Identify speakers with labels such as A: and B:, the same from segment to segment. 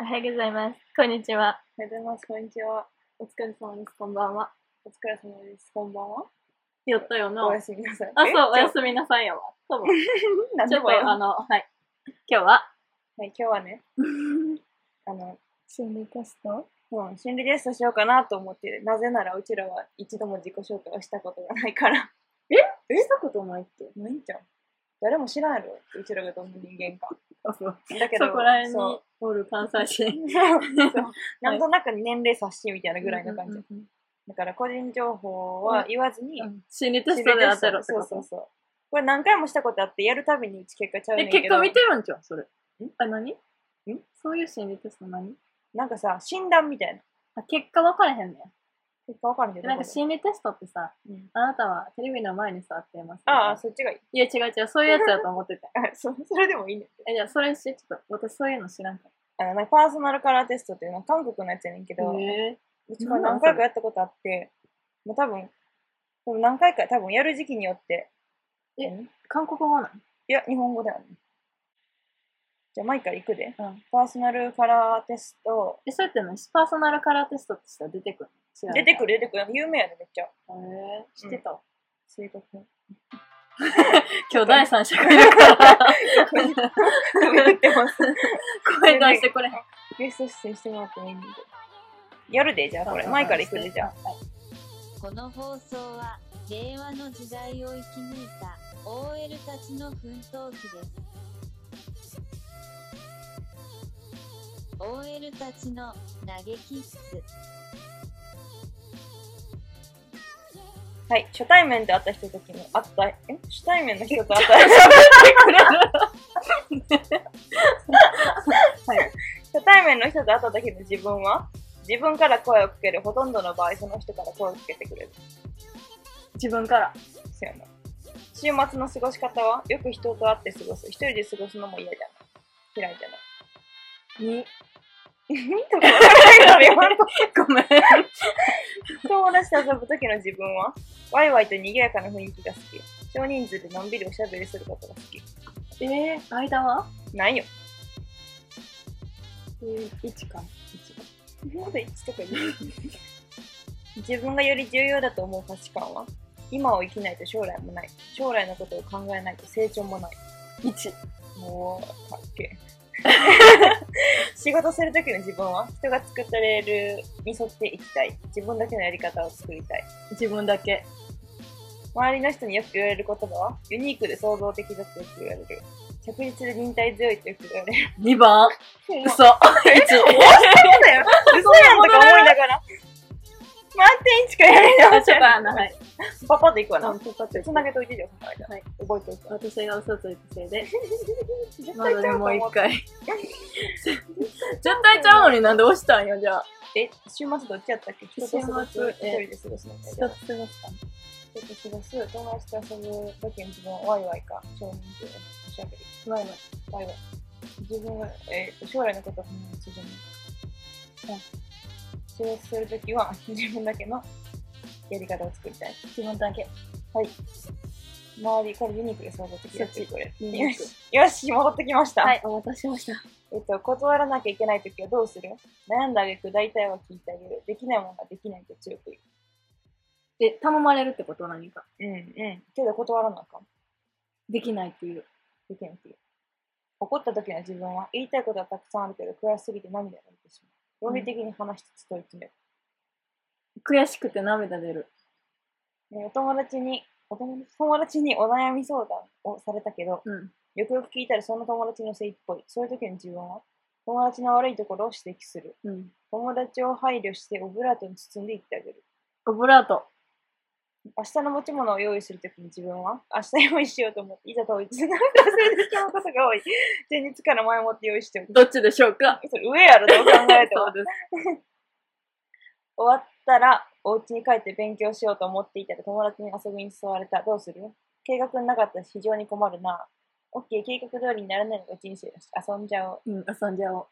A: おはようございます。こんにちは。
B: おはようございます。こんにちは。
A: お疲れ様です。こんばんは。
B: お疲れ様です。こんばんは。
A: やったよな。
B: おや
A: あ、
B: すみなさい。
A: そう、おや
B: み。
A: すみなさいやわ。多分。
B: なん
A: ち
B: で
A: ょっ
B: もよ
A: と、 あの、はい。今日は、
B: はい、今日 はね、あの、
A: 心理テスト
B: うん、心理テストしようかなと思ってる。なぜなら、うちらは一度も自己紹介をしたことがないから。
A: えしたことないって。
B: ないんじゃん。誰も知らんやろ。うちらがどんな人間か。
A: そう。
B: だけ
A: そ
B: ど、
A: こら辺
B: そ
A: におる関西人。
B: うそうなんとなく年齢察しみたいなぐらいの感じ。
A: うんうん
B: だから、個人情報は言わずに、
A: うんうん心理テストで当たるって
B: そう
A: こ
B: そう
A: と。
B: そう。これ何回もしたことあって、やるたびにうち結果ちゃうね
A: え、
B: んけど。
A: 結果見てるんちゃうそれ。あ、何ん
B: ん
A: そういう心理テスト何
B: なんかさ、診断みたいな。
A: あ、結果分からへんね
B: 結果わかるけ
A: ん。
B: ど。
A: なんか心理テストってさ、
B: うん
A: あなたはテレビの前に座っています。
B: ああ、そっちがい
A: い
B: い。
A: や違う違う、そういうやつだと思ってて。
B: あそそれでもいいね。
A: え、じゃあそれして、ちょっと私そういうの知らんかっ
B: あのなんかパーソナルカラーテストっていうのは韓国のやつやねんけ
A: た。
B: ど、
A: へ
B: うちこれ何回かやったことあって、もう多分、多分何回か、多分やる時期によって。
A: え
B: うん
A: 韓国語なん
B: いや、日本語だよね。じゃあ、前から行くで。
A: うん。
B: パーソナルカラーテスト、
A: え、そうやってのパーソナルカラーテストってしたら出てくるの
B: 出てく
A: る。
B: る出てくる。有名やね、めっちゃ。
A: へ え知ってた、
B: 性格。
A: 今日第三者がいるから、
B: 言ってます。
A: 声出してこれへん。
B: ゲスト出演してもらってもいいんで。やるで、じゃあこれ。前から行くで、じゃあ。
A: はい。
C: この放送は令和の時代を生き抜いた OL たちの奮闘記です OL たちの嘆き室
B: はい、初対面で会った人ときも、会った、え初対面の人と会 った人、初対面の人と会った時の自分は自分から声をかける、ほとんどの場合、その人から声をかけてくれる。
A: 自分から。
B: そうやな。週末の過ごし方はよく人と会って過ごす。一人で過ごすのも嫌じゃない。嫌いじゃない。
A: に。
B: とか笑いがあるよ
A: ごめん。
B: 友達と遊ぶ時の自分はワイワイと賑やかな雰囲気が好き。少人数でのんびりおしゃべりすることが好き。
A: えー、間は
B: ないよ。
A: えー、1か。一
B: まだ一とか言う自分がより重要だと思う価値観は今を生きないと将来もない将来のことを考えないと成長もない
A: 一。
B: もうかっけえ 仕事する時の自分は人が作ったレールに沿っていきたい自分だけのやり方を作りたい
A: 自分だけ。
B: 周りの人によく言われる言葉はユニークで創造的だとよく言われる着実で忍耐強いとよく言わ れる
A: 2番。嘘。1。
B: そうだよ嘘やんとか思いながら満点しかやれない
A: ちょっとあの、はい。
B: パパッといくわな、
A: ちょっと
B: つなげといてよ、その間。
A: はい
B: 覚えておいて。
A: 私が嘘ついたせいで、
B: 絶
A: まだね、もう一
B: った
A: 回。絶対ちゃうのになんで押したんよ、じゃあ。
B: え、週末どっちやったっけ人と過ごす、
A: 週
B: 一
A: 末
B: 人
A: え
B: で過ごすの
A: 一つ
B: か
A: 押した
B: 人と過ごす、友達と遊ぶ時の自分はワイワイか、少人数、おしゃべり、
A: ワイワイ。
B: ワイワイ。自分は、えーと、将来のことを考えてじゃない。仕事するときは、自分だけのやり方を作りたい。
A: 自分だけ。
B: 周り、これユニークで想像的だってこれ。
A: ユニ
B: よ
A: ーク
B: し、よし、戻ってきました。
A: はい、お待たせしました。
B: えっと、断らなきゃいけないときはどうする悩んだ挙句大体は聞いてあげる。できないもんができないと強く言
A: で、頼まれるってこと何か。
B: う。うんうん。けど断らなあかん。
A: できないっていう。
B: できないっていう。怒った時の自分は言いたいことはたくさんあるけど、悔しすぎて涙が出てしまう。論理的に話しつつ問い詰める。
A: 悔しくて涙出る。
B: ねお友達に、お友達友達にお悩み相談をされたけど、
A: うん。
B: よくよく聞いたらその友達のせいっぽい。そういう時の自分は、友達の悪いところを指摘する。
A: うん。
B: 友達を配慮してオブラートに包んで言ってあげる。
A: オブラート。
B: 明日の持ち物を用意するときに自分は、明日用意しようと思って、いざ当日 なんか忘れてしまうことが多い。前日から前もって用意しておく。
A: どっちでしょうか
B: それ上やろ、どう考えて
A: そ
B: も
A: う。 です。
B: 終わったら、お家に帰って勉強しようと思っていたら友達に遊びに誘われた。どうする計画なかったし非常に困るな。オッケー、計画通りにならないのが人生だし、遊んじゃおう。
A: うん、遊んじゃおう。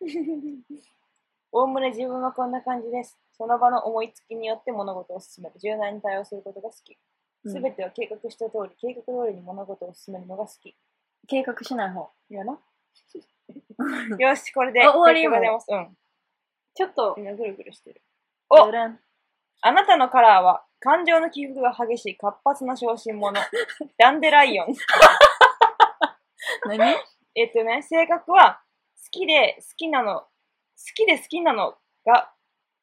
B: おおむね自分はこんな感じです。その場の思いつきによって物事を進める。柔軟に対応することが好き。
A: うん
B: すべては計画した通り、計画通りに物事を進めるのが好き。
A: 計画しない方。
B: いやな。よし、これで。
A: あ終わり
B: 結果が出ます。うん。ちょっと、
A: 今ぐるぐるしてる。
B: お
A: ずらん
B: あなたのカラーは、感情の起伏が激しい活発な小心 者。ダンデライオン。
A: 何
B: えっとね、性格は、好きで好きなの、好きで好きなのが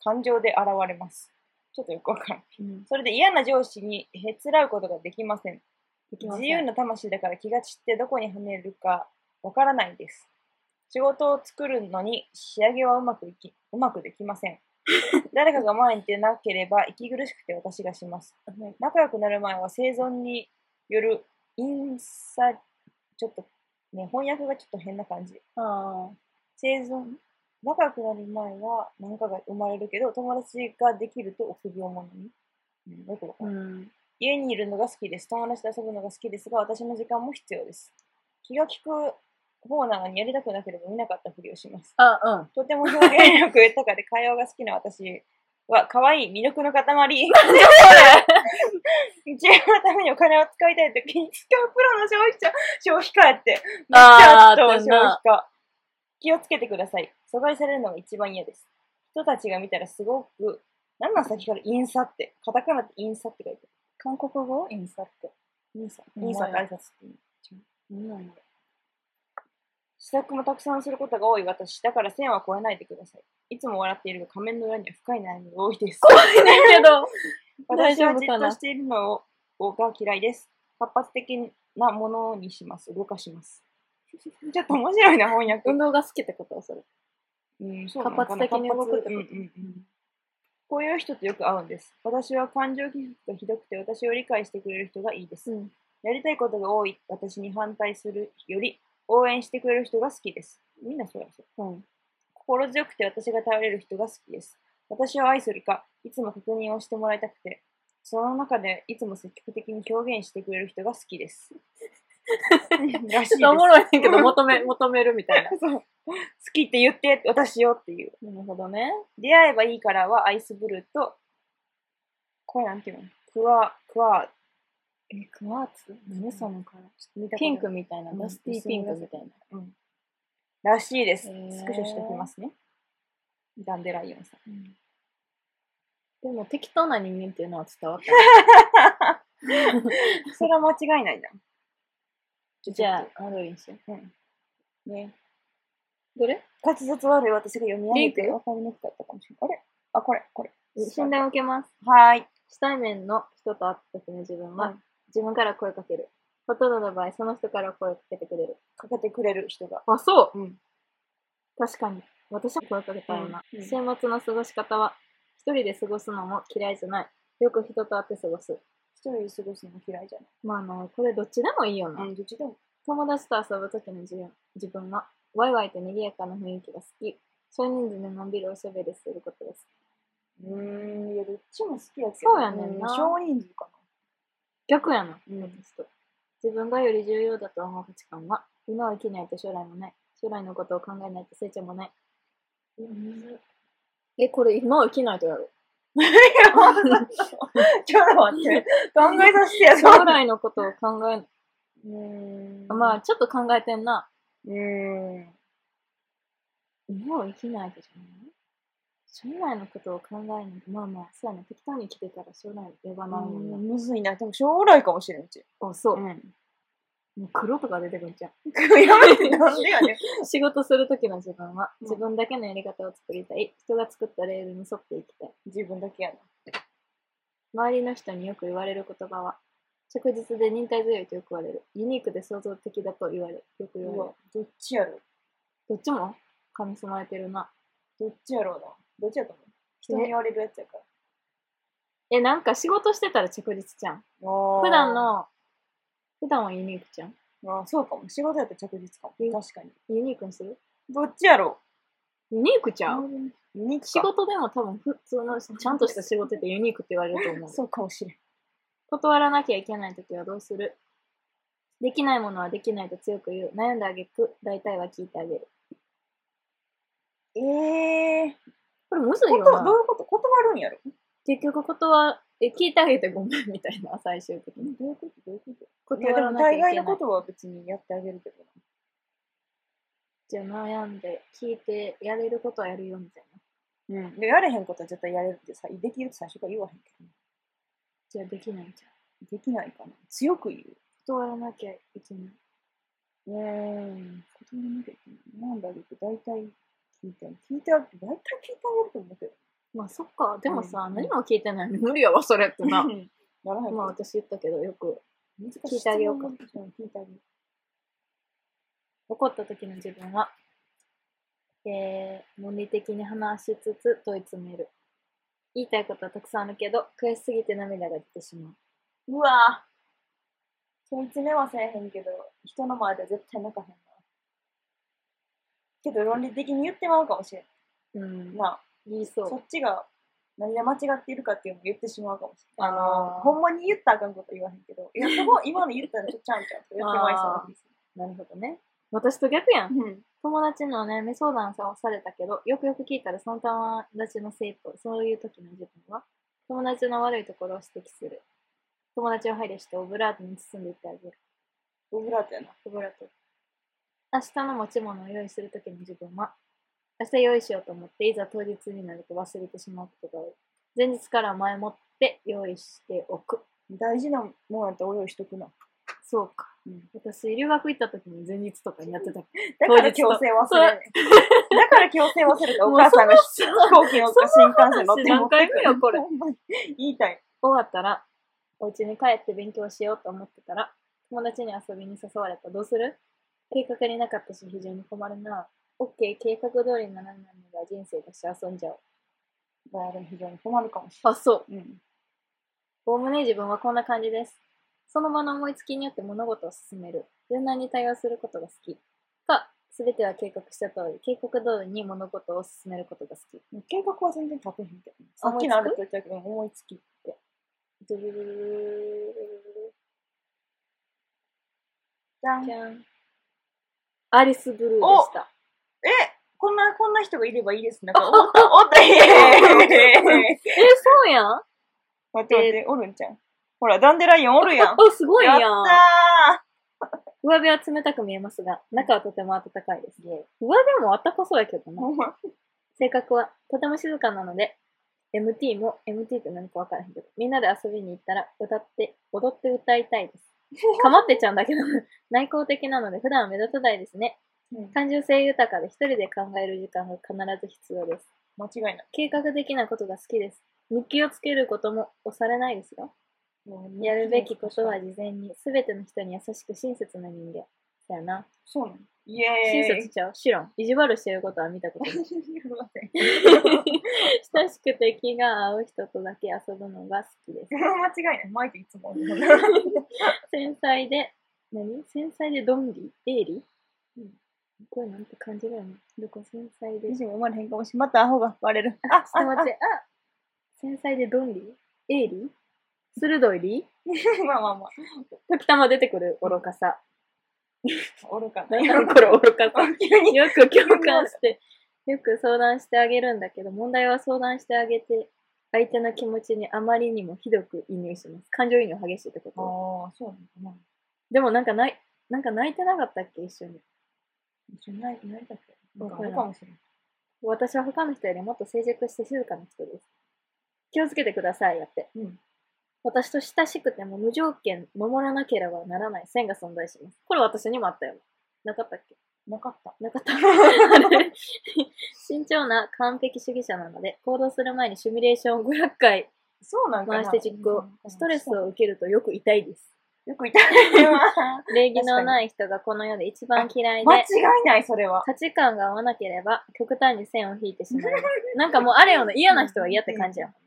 B: 感情で現れます。ちょっとよくわからん。それで嫌な上司にへつらうことができません。自由な魂だから気が散ってどこに跳ねるかわからないです。仕事を作るのに仕上げはうまくいき、うまくできません。誰かが前に出なければ息苦しくて私がします。仲良くなる前は生存によるインサ、ちょっとね、翻訳がちょっと変な感じ。
A: あ
B: 生存仲良くなる前は何かが生まれるけど友達ができると臆病者に、うんよくわか
A: あ。
B: ん
A: う
B: ない
A: ん。
B: 家にいるのが好きです友達と遊ぶのが好きですが私の時間も必要です気が利く方なのにやりたくなければ見なかったふりをします
A: あ、うん。
B: とても表現力豊かで会話が好きな私は可愛い魅力の塊自分のためにお金を使いたいときに使うプロの消費者消費家やって
A: あー
B: ちょっ
A: あった
B: と消
A: な
B: 費家。気をつけてください。阻害されるのが一番嫌です。人たちが見たらすごく、なんなん先からインサって、カタカナってインサって書いて
A: 韓国語インサって。
B: ある。インサ。
A: うん
B: インサって挨拶って意
A: う
B: 味。
A: んなんだ
B: 試作もたくさんすることが多い私、だから線は越えないでください。いつも笑っているが仮面の裏には深い悩みが多 いです。
A: けど、大
B: 私
A: 丈
B: は
A: 夫
B: じっ
A: かな
B: としているのをが嫌いです。活発的なものにします。動かします。ちょっと面白いな、翻訳
A: 運。動が好きってことそれ。
B: うん、そうなのか
A: 活
B: な
A: 発的に動くってこと。
B: 活発うんうんうんこういう人とよく会うんです。私は感情起伏がひどくて、私を理解してくれる人がいいです。
A: うん
B: やりたいことが多い私に反対するより、応援してくれる人が好きです。みんなそうやそう。
A: うん。
B: 心強くて私が頼れる人が好きです。私を愛するか、いつも確認をしてもらいたくて、その中でいつも積極的に表現してくれる人が好 きです。らし
A: ちょ
B: い
A: っ
B: です
A: とおもろいねん けど、求め、求めるみたいな。
B: そう好きって言って、私よっていう。
A: なるほどね。
B: 出会えばいいからはアイスブルーと、これなんていうのクワ、クワ、
A: え、クワーツ何そのカラー
B: 見たこと
A: ピンクみたいな、
B: うん
A: ダスティーピンクみたいな。
B: らしいです。
A: へー
B: スクショしておきますね。ダンデライオンさん。
A: でも適当な人間っていうのは伝わった。
B: それは間違いないな。
A: じゃあ、アドリンしよ
B: ね。
A: う。どれ
B: 滑舌悪い私が読み上げて
A: リンク
B: わかりにくかったかもしれない。あれあ、これ、これ。
A: 診断を受けます。
B: はーい。
A: 初対面の人と会った時の自分
B: う
A: は
B: ん、
A: 自分から声かける。ほとんどの場合、その人から声をかけてくれる。
B: かけてくれる人が。
A: あ、そう
B: うん。
A: 確かに。私は声かけたような。
B: うんうん
A: 週末の過ごし方は、一人で過ごすのも嫌いじゃない。よく人と会って過ごす。
B: 一人で過ごすの嫌いじゃ
A: まああの、これどっちでもいいよな。
B: ない。うん、どっちでも。
A: 友達と遊ぶ時の自分自分は、ワイワイと賑やかな雰囲気が好き。少人数でのんびりおしゃべりすることが好き。
B: うーん、いや、どっちも好きやけど。
A: そうやねんな
B: う少人数か
A: 逆やな、
B: うん
A: 私と。自分がより重要だと思う価値観は、今を生きないと将来もない。将来のことを考えないと成長もない。
B: な。
A: え、これ今を生きないとやろ。
B: ちょっと待って。考えさせてや
A: 将来のことを考えな、
B: うーん。
A: まあ、ちょっと考えてんな。
B: うーん。
A: 今を生きないとじゃない将来のことを考えない。まあまあ、そうやな。適当に生きてたら将来の呼ばないもんな。
B: むずいな。でも将来かもしれん、うち。
A: あ、そう。
B: ん。
A: もう黒とか出てくるじゃ ん。
B: やめて、なんでやねん。
A: 仕事するときの自分は、
B: うん
A: 自分だけのやり方を作りたい。人が作ったレールに沿っていきたい。
B: 自分だけやな。
A: 周りの人によく言われる言葉は、着実で忍耐強いとよく言われる。ユニークで創造的だと言われる。よく言われ
B: うわ
A: る。、
B: どっちやろう
A: どっちも噛み備えてるな。
B: どっちやろうな。どっちやと思う人に言われるやつやから。
A: え、なんか仕事してたら着実じゃん。普
B: 普
A: 段。の、普段はユニークじゃん。
B: あーそうかも。仕事やったら着実かも。
A: うん
B: 確かに。
A: ユニークにする
B: どっちやろ
A: ユニークち
B: う
A: ゃう、
B: ユニーク
A: 仕
B: か。
A: 事でも多分普通のちゃんとした仕事ってユニークって言われると思う。
B: そうかもしれん。
A: 断らなきゃいけないときはどうするできないものはできないと強く言う。悩んであげく、大体は聞いてあげる。
B: ええ
A: これむずい
B: こ
A: よ
B: とはどう
A: な。
B: いうこと断るんやろ
A: 結局断、え、聞いてあげてごめんみたいな、最終的に。
B: どういうことどういうこいや、
A: 断
B: で
A: ら
B: も
A: なきゃい
B: 大
A: けな
B: 概
A: い。
B: のことは別にやってあげるけどな。
A: じゃあ悩んで、聞いて、やれることはやるよみたいな。うん。
B: で、やれへんことは絶対やれるってさ、できるって最初から言わへんけ
A: じゃあできないじゃん。
B: ど。できないかな。強く言う。
A: 断らなきゃいけない。
B: うーん。断らなきゃいけない。なんだろうって大体聞いて、聞いてあげる、大体聞いてあげると思うけど。
A: まあそっか。でもさ、
B: うん
A: 何も聞いてないの無理やわ、それって な。
B: ならへん
A: まあ
B: か
A: 私言ったけど、よく
B: 難しい。
A: 聞いてあげようか
B: うん聞いてあげる。
A: 怒った時の自分は、えー、論理的に話しつつ問い詰める。言いたいことはたくさんあるけど、悔しすぎて涙が出てしまう。
B: うわぁ。問い詰めはせえへんけど、人の前では絶対泣かへんな。けど論理的に言ってまうかもしれん。
A: うん。
B: なあ、
A: 言いそ
B: そうっ。ちが何で間違っているかっていうのも言ってしまうかもしれない。
A: あー
B: ほんまに言ったらあかんこと言わへんけど、いや、そこ、今の言ったらちょっとちゃうんちゃうとか言ってまいそうな気がす
A: なるほどね。私と逆やん。
B: る。うん。
A: 友達の悩み相談さをされたけど、よくよく聞いたらその友達のせいと、そういう時の自分は、友達の悪いところを指摘する。友達を配慮してオブラートに包んでいってあげる。
B: オブラートやな。
A: オブラート。明日の持ち物を用意する時の自分は、明日用意しようと思って、いざ当日になると忘れてしまうことが多い。前日から前もって用意しておく。
B: 大事なものやったらお用意しとくな。
A: そうか。私、留学行った時に前日とかにやってた
B: だから強制忘れる。 だから強制忘れたお母さんが
A: もう
B: 飛行機乗った新幹線乗って
A: その話
B: 持
A: 何
B: ってくる
A: 回目よこれ
B: ほんまに言いたい。
A: 終わったら、お家に帰って勉強しようと思ってたら、友達に遊びに誘われた。どうする計画になかったし、非常に困るな。オッケー、計画通りにならないのが人生だし、遊んじゃおう。
B: まあでも非常に困るかもし
A: あ、そう。
B: れない。うん。
A: おおむね自分はこんな感じです。その場の思いつきによって物事を進める。柔軟に対応することが好き。か、すべては計画した通り、計画通りに物事を進めることが好き。
B: 計画は全然立てへんけどね。さっきのあると言ったけど、思いつきって。
A: ドゥルルルルルルル
B: じゃん
A: ルじゃん。アリス・ブルーでした。
B: えこんな、こんな人がいればいいです。なんか、おった、 おった、イエーイ
A: え、そうやん
B: 待って待って、おるんちゃん。ほら、ダンデライオンおるやん。
A: お、すごいやん。
B: やっ
A: 上
B: た
A: 辺は冷たく見えますが、中はとても暖かいです。上辺も暖かそうやけど
B: ー
A: な。
B: ほんま。
A: 性格はとても静かなので、MT も、MT って何かわからへんけど、みんなで遊びに行ったら歌って、踊って歌いたい です。かまってちゃうんだけど、 内向的なので普段は目立たないですね。
B: うん
A: 感受性豊かで一人で考える時間が必ず必要です。
B: 間違いない。
A: 計画的なことが好きです。日記をつけることも押されないですよ。やるべきことは事前に、すべての人に優しく親切な人間。だよな。
B: そうなの。イエーイ。
A: 親切ちゃう知らん。意地悪してることは見たことない。
B: すいません
A: 親しくて気が合う人とだけ遊ぶのが好きです。
B: 間違いない。マイクいつも。
A: 繊細で、何繊細でどんりエリうん。これなんて感じだよね。どこ繊細で。
B: 私も生まれへんかもしれん。またアホが割れる。
A: あ、ちょっと待って。あ繊細でどんりエリ鋭いり
B: あ。まあまあまあ。
A: 時たま出てくる愚かさ。
B: おるかな。
A: 何やろこれ愚かさ。
B: 急に。
A: よく共感して、よく相談してあげるんだけど、問題は相談してあげて、相手の気持ちにあまりにもひどく移入します。感情移入激しいってこ
B: ああ
A: と。、
B: そうなのかな。
A: でもなんかない、なんか泣いてなかったっけ一緒に。
B: 一緒になりたくて。なんか
A: わ
B: あ
A: からん
B: るかもしれん。
A: 私は他の人よりもっと成熟して静かな人です。気をつけてください、やって。
B: うん
A: 私と親しくても無条件守らなければならない線が存在します。これ私にもあったよ。なかったっけ
B: なかった。
A: なかった。 あれ慎重な完璧主義者なので、行動する前にシミュレーションを500回
B: そうなんかな。
A: 回して実行。ストレスを受けるとよく痛いです。
B: よくい ただいてます。
A: 礼儀のない人がこの世で一番嫌い
B: 間違
A: で、
B: いない、それは。
A: 価値観が合わなければ極端に線を引いてしまいます。なんかもうあれよね、嫌な人は嫌って感じやもんな。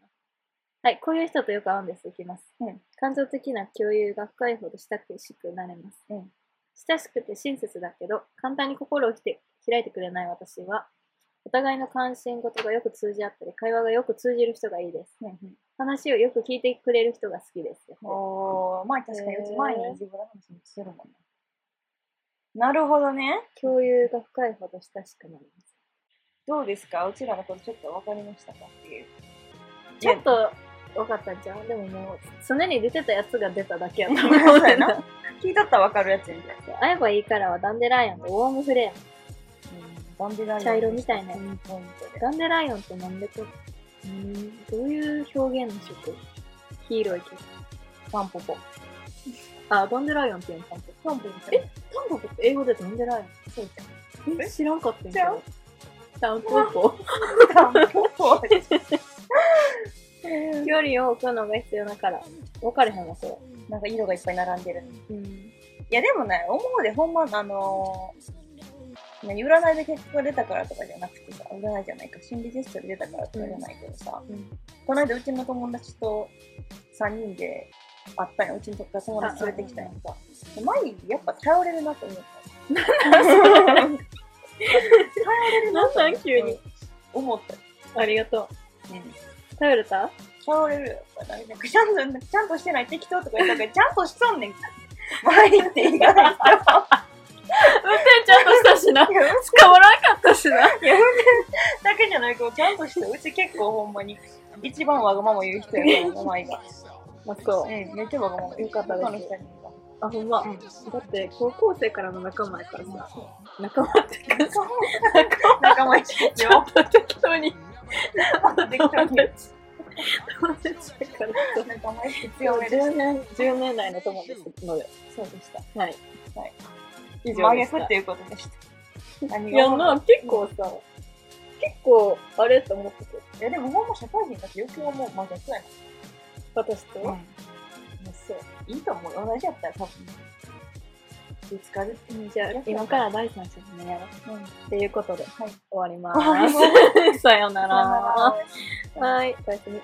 A: はい、こういう人とよく会うんです。いきます。
B: うん
A: 感情的な共有が深いほど親しくなれます。
B: うん
A: 親しくて親切だけど、簡単に心をひて開いてくれない私は、お互いの関心事がよく通じ合ったり、会話がよく通じる人がいいです。話をよく聞いてくれる人が好きです。
B: おー、まあ確かにうち前に自分の話もしてるもんね。なるほどね。
A: 共有が深いほど親しくなります。
B: どうですかうちらのことちょっと分かりましたかっていう。
A: ちょっと多かったんじゃんでももう、常に出てたやつが出ただけやと
B: ごめんな
A: 思う
B: さ
A: ね
B: い
A: んな
B: な。聞いとったら分かるやつやんじゃん。
A: 会えばいいからはダンデライアンとウォームフレーム。
B: うんダンデライオン。
A: 茶色みたいなや
B: ピ
A: つ
B: ンポイントで。
A: ダンデライオンってなんでこうーんどういう表現の色黄色いけど。
B: タンポポ。
A: あ、ダンデライオンっていうのタンポポ。タンポポ えタンポポって英語でダンデライオンそうじゃん。え
B: え
A: 知らんかったんやけ
B: 知らん
A: ど。タンポポ。
B: タンポポ。
A: 距離を置くのが必要だから。分かれへんわ、それ。
B: なんか色がいっぱい並んでる。
A: うん。
B: いやでもね、思うでほんま、あのー、何占いで結果が出たからとかじゃなくてさ、占いじゃないか、心理テストで出たからとかじゃないけどさ、
A: うん
B: この間うちの友達と3人で会ったんや、うちの友達連れてきたんやんか。でマイやっぱ頼れるなと 思った。 頼れるなと思
A: な
B: っ
A: んな
B: た
A: ん急に。
B: 思った。
A: ありがと
B: う ん
A: う。頼れた
B: 倒れるよ。なんかちゃんと、ちゃんとしてない適当とか言ったから、ちゃんとしとんねん。前行っていいから。
A: 運
B: い
A: 転ちゃんとしたしな。
B: や運
A: 捕まらんかったしな。
B: 転だけじゃないけど、ちゃんとして、うち結構ほんまに、一番わがまま言う人やから、名前が。
A: あ、そう
B: うん、。めっちゃわがまま。
A: よかったです
B: 他の人にも
A: あ、ほんま。
B: うん
A: だって、高校生からの仲間やからさ。仲間っていうか、
B: 仲間一
A: ち
B: 緒
A: ょっと適当に。
B: 適当に。
A: 友達やからそう
B: 仲間一緒強めです
A: 10。年、10年来の友達ので。
B: そうでした。
A: はい。
B: はい。
A: 以上
B: 真
A: でした。
B: 逆っていうことでした。何
A: い
B: が
A: や、
B: 思う
A: な、結構さ、結構、あれと思ってて。
B: いや、でもほんま社会人だって余計思う。真逆や
A: 私と、
B: な。
A: もうそう。
B: いいと思うよ。同じやったら多分。ぶつかるって。
A: じゃあ、今から第三者のやろう。
B: うん。
A: っていうことで、
B: は い
A: 終わりま
B: はい
A: ーす。さよなら。
B: さよなら
A: はい、おやすみ。